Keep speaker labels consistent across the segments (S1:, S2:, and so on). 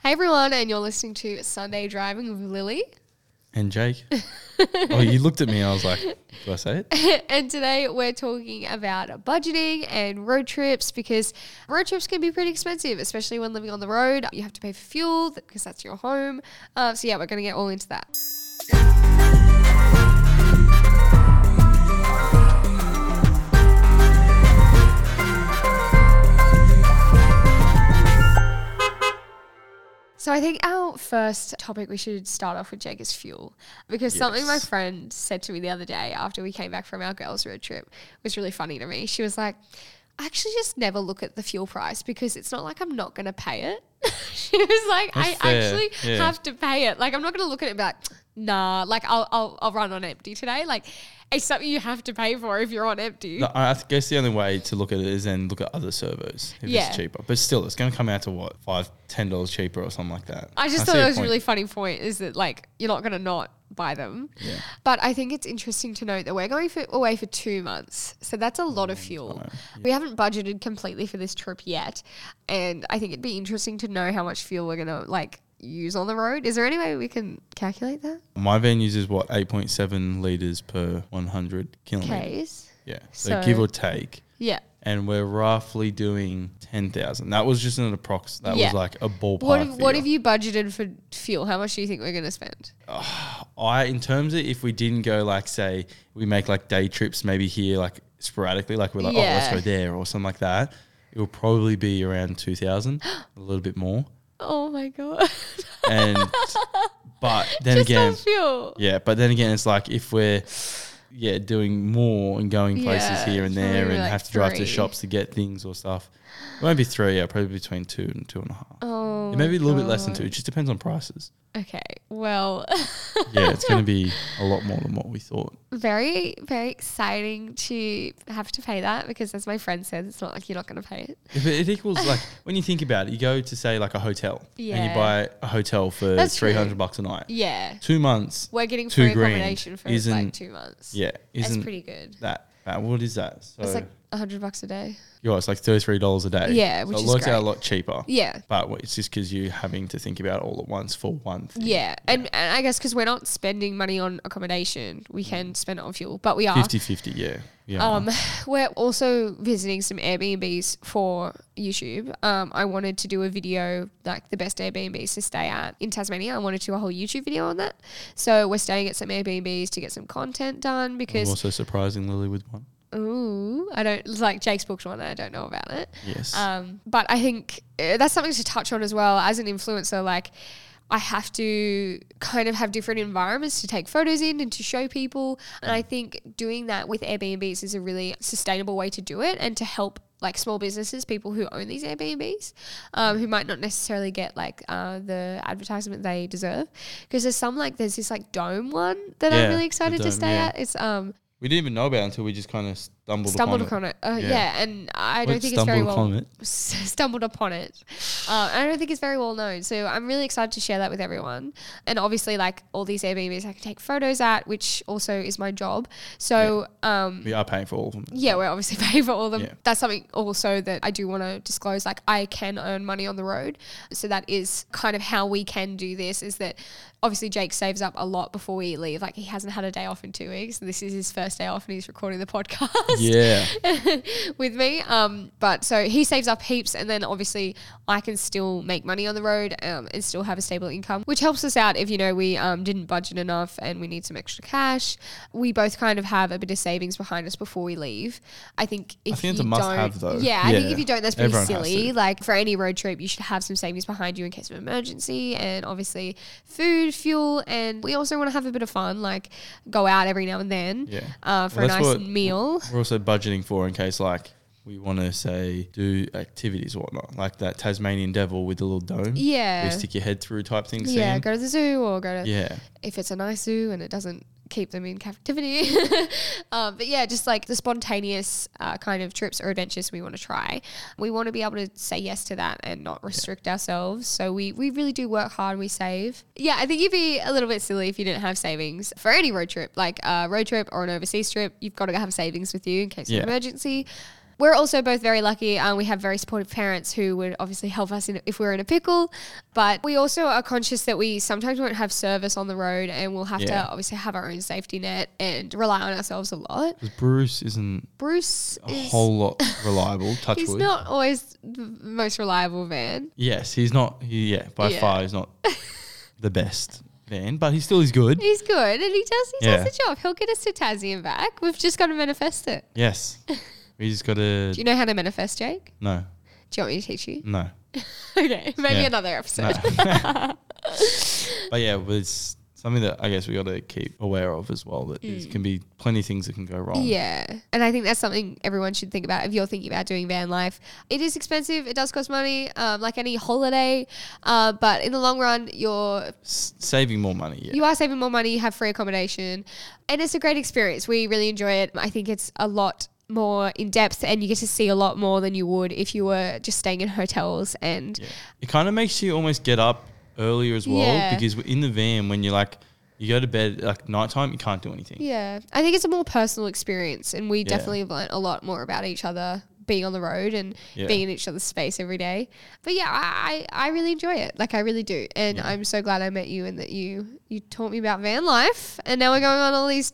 S1: Hey everyone, and you're listening to Sunday Driving with Lily.
S2: And Jake. oh, you looked at me and I was like, do I say it?
S1: and today we're talking about budgeting and road trips because road trips can be pretty expensive, especially when living on the road. You have to pay for fuel because that's your home. Uh, so, yeah, we're going to get all into that. So I think our first topic we should start off with Jake is fuel because something my
S2: Yes.
S1: friend said to me the other day after we came back from our girls road trip was really funny to me. She was like, I actually just never look at the fuel price because it's not like I'm not going to pay it. she was like,
S2: That's
S1: I
S2: fair,
S1: actually
S2: yeah.
S1: have to pay it. Like I'm not going to look at it and be like, nah, like I'll, I'll, I'll run on empty today. Like it's something you have to pay for if you're on empty.
S2: No, I I guess the only way to look at it is then look at other servos if
S1: Yeah.
S2: it's cheaper. But still, it's going to come out to what five, ten dollars cheaper or something like that.
S1: I just
S2: see
S1: thought
S2: your
S1: it was a
S2: point.
S1: really funny point is that like you're not gonna not buy them.
S2: Yeah.
S1: But I think it's interesting to note that we're going for, away for two months. So that's
S2: Mm,
S1: a lot of fuel.
S2: time,
S1: We haven't budgeted completely for this trip yet. And I think it'd be interesting to know how much fuel we're gonna like use on the road. Is there any way we can calculate that?
S2: My van uses what eight point seven liters per one hundred kilometers.
S1: K's.
S2: Yeah, so,
S1: So-
S2: give or take,
S1: Yeah.
S2: and we're roughly doing ten thousand. That was just an approx. That
S1: Yeah.
S2: was like a ballpark.
S1: What have, what
S2: figure.
S1: have you budgeted for fuel? How much do you think we're gonna spend?
S2: I in terms of if we didn't go like say we make like day trips maybe here like sporadically like we're like oh let's
S1: Yeah.
S2: go there or something like that it will probably be around 2000 a little bit more
S1: Oh my god.
S2: and but then
S1: Just
S2: again
S1: on fuel.
S2: yeah but then again it's like if we're yeah doing more and going places
S1: Yeah,
S2: here and
S1: it's probably
S2: there and
S1: like
S2: have to drive
S1: three.
S2: to shops to get things or stuff it won't be three yeah probably between two and two and a half
S1: Oh
S2: it may be a little bit less than
S1: God.
S2: two it just depends on prices
S1: Oh. Okay. Well,
S2: yeah it's going to be a lot more than what we thought
S1: very, very exciting to have to pay that because, as my friend says, it's not like you're not going to pay it.
S2: If it, it equals like when you think about it, you go to say like a hotel and
S1: Yeah.
S2: you buy a hotel for
S1: That's
S2: three
S1: true.
S2: hundred bucks a night.
S1: Yeah.
S2: Two months.
S1: We're getting
S2: Two
S1: free
S2: grand
S1: accommodation for like
S2: isn't-
S1: two months.
S2: Yeah,
S1: That's
S2: isn't Oh.
S1: pretty good.
S2: that bad? What is that? So
S1: That's like a hundred bucks a day.
S2: yeah, it's like thirty three dollars a day.
S1: Yeah,
S2: So
S1: which
S2: it
S1: is
S2: works out a
S1: great.
S2: lot cheaper.
S1: Yeah.
S2: But what- it's just because you're having to think about it all at once for one thing.
S1: Yeah. And, and I guess because we're not spending money on accommodation,
S2: Mm.
S1: we can spend it on fuel, but we are.
S2: 50 50, yeah. Yeah.
S1: Um, we're also visiting some Airbnbs for YouTube. Um, I wanted to do a video like the best Airbnbs to stay at in Tasmania. I wanted to do a whole YouTube video on that. So we're staying at some Airbnbs to get some content done
S2: I'm
S1: because
S2: also surprising Lily with one.
S1: ooh, I don't like Jake's booked one. and I don't know about it.
S2: Yes.
S1: Um, but I think uh, that's something to touch on as well as an influencer. Like, I have to kind of have different environments to take photos in and to show people. And I think doing that with Airbnbs is a really sustainable way to do it and to help like small businesses, people who own these Airbnbs, um, who might not necessarily get like uh, the advertisement they deserve. Because there's some like, there's this like dome one that
S2: Yeah,
S1: I'm really
S2: the
S1: excited to
S2: dome,
S1: stay
S2: yeah.
S1: at. It's um,
S2: we didn't even know about it until we just kind of stumbled,
S1: stumbled
S2: upon,
S1: upon it. Uh, yeah.
S2: Yeah.
S1: and I
S2: it.
S1: don't
S2: We
S1: think it's very
S2: stumbled
S1: well
S2: upon it.
S1: stumbled upon it. Uh, I don't think it's very well known, so I'm really excited to share that with everyone. And obviously, like all these Airbnbs, I can take photos at, which also is my job. So, um,
S2: We are paying for all of them.
S1: yeah, we're obviously paying for all of them.
S2: Yeah.
S1: That's something also that I do want to disclose. Like, I can earn money on the road, so that is kind of how we can do this. Is that obviously Jake saves up a lot before we leave. Like, he hasn't had a day off in two weeks, and this is his first day off, and he's recording the podcast
S2: Yeah.
S1: with me. Um, but so he saves up heaps, and then obviously I can still make money on the road um, and still have a stable income, which helps us out if you know we um, didn't budget enough and we need some extra cash. We both kind of have a bit of savings behind us before we leave. I think if
S2: think it's
S1: you
S2: a must
S1: don't,
S2: have, though.
S1: Yeah, I think
S2: Yeah.
S1: if you don't, that's pretty
S2: Everyone has
S1: silly.
S2: to.
S1: Like for any road trip, you should have some savings behind you in case of emergency, and obviously food, fuel, and we also want to have a bit of fun, like go out every now and then.
S2: Yeah.
S1: Uh, for
S2: Well,
S1: a
S2: that's
S1: nice
S2: what-
S1: meal.
S2: We're also budgeting for in case like we want to say do activities or whatnot, like that Tasmanian devil with the little dome.
S1: Yeah.
S2: We stick your head through type thing.
S1: Yeah,
S2: scene.
S1: go to the zoo or go to
S2: yeah.
S1: if it's a nice zoo and it doesn't keep them in captivity. um, but yeah, just like the spontaneous uh, kind of trips or adventures we want to try. We want to be able to say yes to that and not restrict ourselves. So we, we really do work hard and we save. Yeah, I think you'd be a little bit silly if you didn't have savings for any road trip, like a road trip or an overseas trip. You've got to have savings with you in case
S2: Yeah.
S1: of emergency. we're also both very lucky. Um, we have very supportive parents who would obviously help us in, if we're in a pickle. But we also are conscious that we sometimes won't have service on the road and we'll have
S2: Yeah.
S1: to obviously have our own safety net and rely on ourselves a lot.
S2: Bruce isn't
S1: Bruce
S2: a
S1: is
S2: whole lot reliable. Touch
S1: he's
S2: wood.
S1: not always the most reliable van.
S2: Yes, he's not. He, yeah, by
S1: Yeah.
S2: far, he's not the best van, but he still is good.
S1: He's good and he does he
S2: Yeah.
S1: does the job. He'll get us to Tassie and back. We've just got to manifest it.
S2: Yes, we just got to
S1: Do you know how to manifest, Jake?
S2: no,
S1: Do you want me to teach you?
S2: no,
S1: okay, maybe
S2: Yeah.
S1: another episode.
S2: no. but yeah, but it's something that I guess we got to keep aware of as well. That
S1: Mm.
S2: there's can be plenty of things that can go wrong.
S1: Yeah. And I think that's something everyone should think about if you're thinking about doing van life. It is expensive, it does cost money, um, like any holiday. Uh, but in the long run, you're
S2: S- saving more money. Yeah,
S1: you are saving more money, you have free accommodation, and it's a great experience. We really enjoy it. I think it's a lot more in depth and you get to see a lot more than you would if you were just staying in hotels and
S2: Yeah. It kind of makes you almost get up earlier as well
S1: Yeah.
S2: because in the van when you're like you go to bed like nighttime you can't do anything.
S1: Yeah, I think it's a more personal experience, and we
S2: Yeah.
S1: definitely have learnt a lot more about each other being on the road and
S2: Yeah.
S1: being in each other's space every day. But yeah, I, I I really enjoy it. Like I really do, and I'm so glad I met you and that you you taught me about van life, and now we're going on all these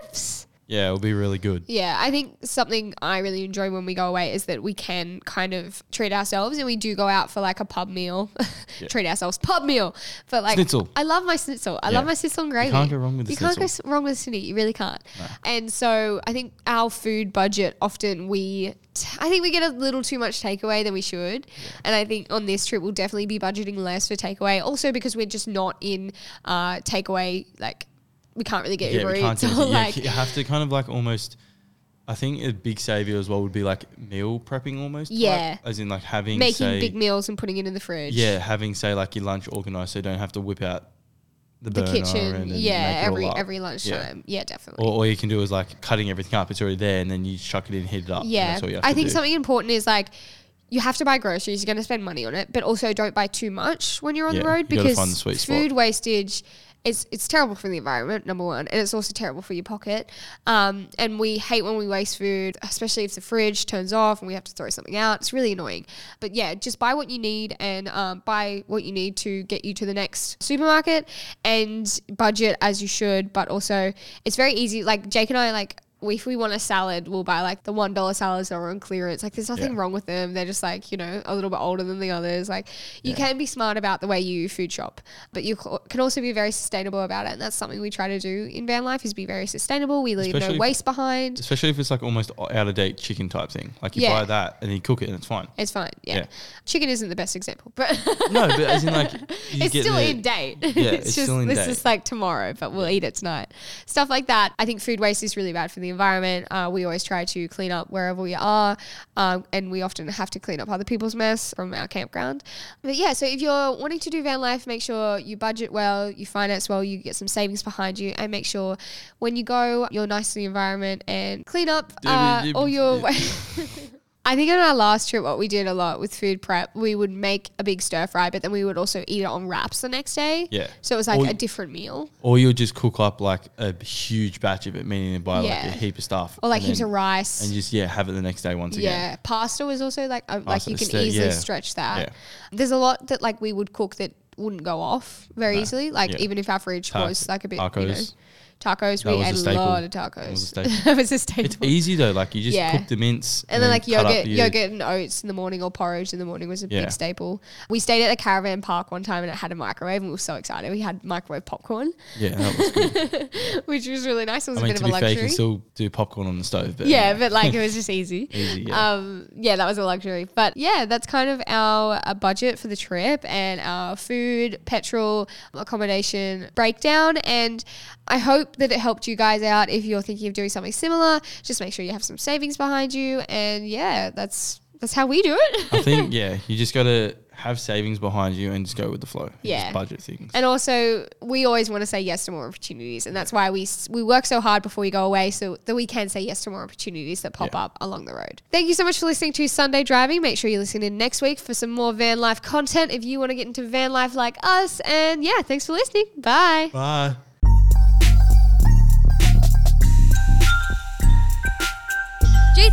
S1: trips.
S2: Yeah, it'll be really good.
S1: Yeah, I think something I really enjoy when we go away is that we can kind of treat ourselves and we do go out for like a pub meal.
S2: Yeah.
S1: treat ourselves pub meal. But like
S2: Schnitzel.
S1: I love my schnitzel. I
S2: Yeah.
S1: love my schnitzel and gravy.
S2: can't go wrong with the
S1: You can't go s- wrong with schnitzel. You really can't. And so I think our food budget often we t- I think we get a little too much takeaway than we should. And I think on this trip we'll definitely be budgeting less for takeaway. Also because we're just not in uh takeaway like we can't really get Uber
S2: we can't
S1: Eats
S2: do
S1: or
S2: anything. Yeah,
S1: like
S2: you have to kind of like almost. I think a big savior as well would be like meal prepping almost. type,
S1: Yeah.
S2: as in like having
S1: making
S2: say,
S1: big meals and putting it in the fridge.
S2: Yeah, having say like your lunch organized, so you don't have to whip out the,
S1: the
S2: burner
S1: kitchen.
S2: And, and
S1: yeah,
S2: make it all
S1: every
S2: up.
S1: every
S2: Yeah.
S1: lunchtime. Yeah, definitely.
S2: Or, or you can do is like cutting everything up; it's already there, and then you chuck it in, heat it up. and
S1: yeah,
S2: that's all you have
S1: I
S2: to
S1: think
S2: do.
S1: something important is like you have to buy groceries. You're going to spend money on it, but also don't buy too much when you're on the
S2: Yeah,
S1: road
S2: you gotta
S1: because
S2: find the sweet spot.
S1: food wastage. It's, it's terrible for the environment, number one, and it's also terrible for your pocket. Um, and we hate when we waste food, especially if the fridge turns off and we have to throw something out. It's really annoying. But yeah, just buy what you need and um, buy what you need to get you to the next supermarket and budget as you should. But also, it's very easy. Like Jake and I, like if we want a salad, we'll buy like the one dollar salads that are on clearance. Like there's nothing
S2: Yeah.
S1: wrong with them. They're just like you know a little bit older than the others. Like you can be smart about the way you food shop, but you c- can also be very sustainable about it. And that's something we try to do in van life is be very sustainable. We leave
S2: Especially
S1: no
S2: if-
S1: waste behind.
S2: especially if it's like almost out of date chicken type thing. Like you
S1: Yeah.
S2: buy that and you cook it, and it's fine.
S1: It's fine. Yeah.
S2: Yeah.
S1: Chicken isn't the best example, but
S2: No, but as in like you
S1: it's
S2: get
S1: still
S2: the-
S1: in date.
S2: it's
S1: just
S2: still in
S1: this
S2: date.
S1: is like tomorrow, but we'll eat it tonight. Stuff like that. I think food waste is really bad for the environment. Uh, we always try to clean up wherever we are, um, and we often have to clean up other people's mess from our campground. But yeah, so if you're wanting to do van life, make sure you budget well, you finance well, you get some savings behind you, and make sure when you go, you're nice to the environment and clean up uh, all your. I think on our last trip, what we did a lot with food prep, we would make a big stir fry, but then we would also eat it on wraps the next day.
S2: Yeah.
S1: So it was like
S2: Or-
S1: a different meal,
S2: Or you'll just cook up like a huge batch of it, meaning you buy like
S1: Yeah.
S2: a heap of stuff.
S1: or like
S2: and
S1: heaps
S2: then-
S1: of rice.
S2: And just, yeah, have it the next day once again.
S1: yeah, pasta was also like uh, like
S2: Pasta
S1: you can
S2: instead,
S1: easily
S2: yeah.
S1: stretch that.
S2: Yeah.
S1: There's a lot that like we would cook that wouldn't go off very easily. Like
S2: Yeah.
S1: even if our fridge
S2: Ta-
S1: was like a bit You know,
S2: tacos.
S1: tacos,
S2: That
S1: we
S2: was a
S1: ate a,
S2: staple.
S1: lot of
S2: That
S1: tacos.
S2: was a staple.
S1: That was a staple.
S2: It's easy though. Like you just
S1: Yeah.
S2: cook the mince.
S1: And then, like
S2: cut up
S1: yogurt,
S2: your-
S1: yogurt and oats in the morning or porridge in the morning was a
S2: Yeah.
S1: big staple. We stayed at a caravan park one time and it had a microwave and we were so excited. We had microwave popcorn,
S2: Yeah, that was good.
S1: which was really nice. It was
S2: I
S1: a
S2: mean,
S1: bit
S2: to
S1: of a
S2: be fair, you can
S1: luxury.
S2: still do popcorn on the stove. But
S1: yeah,
S2: anyway.
S1: but like it was just easy.
S2: Easy, yeah.
S1: Um, yeah, that was a luxury. But yeah, that's kind of our uh, budget for the trip and our food, petrol, accommodation breakdown. And I hope that it helped you guys out. If you're thinking of doing something similar, just make sure you have some savings behind you. And yeah, that's that's how we do it.
S2: I think yeah, you just gotta have savings behind you and just go with the flow. and
S1: Yeah.
S2: just budget things.
S1: And also, we always want to say yes to more opportunities, and that's why we s- we work so hard before we go away, so that we can say yes to more opportunities that pop
S2: Yeah.
S1: up along the road. Thank you so much for listening to Sunday Driving. Make sure you listen in next week for some more van life content if you want to get into van life like us. And yeah, thanks for listening. Bye.
S2: Bye.
S1: Gee,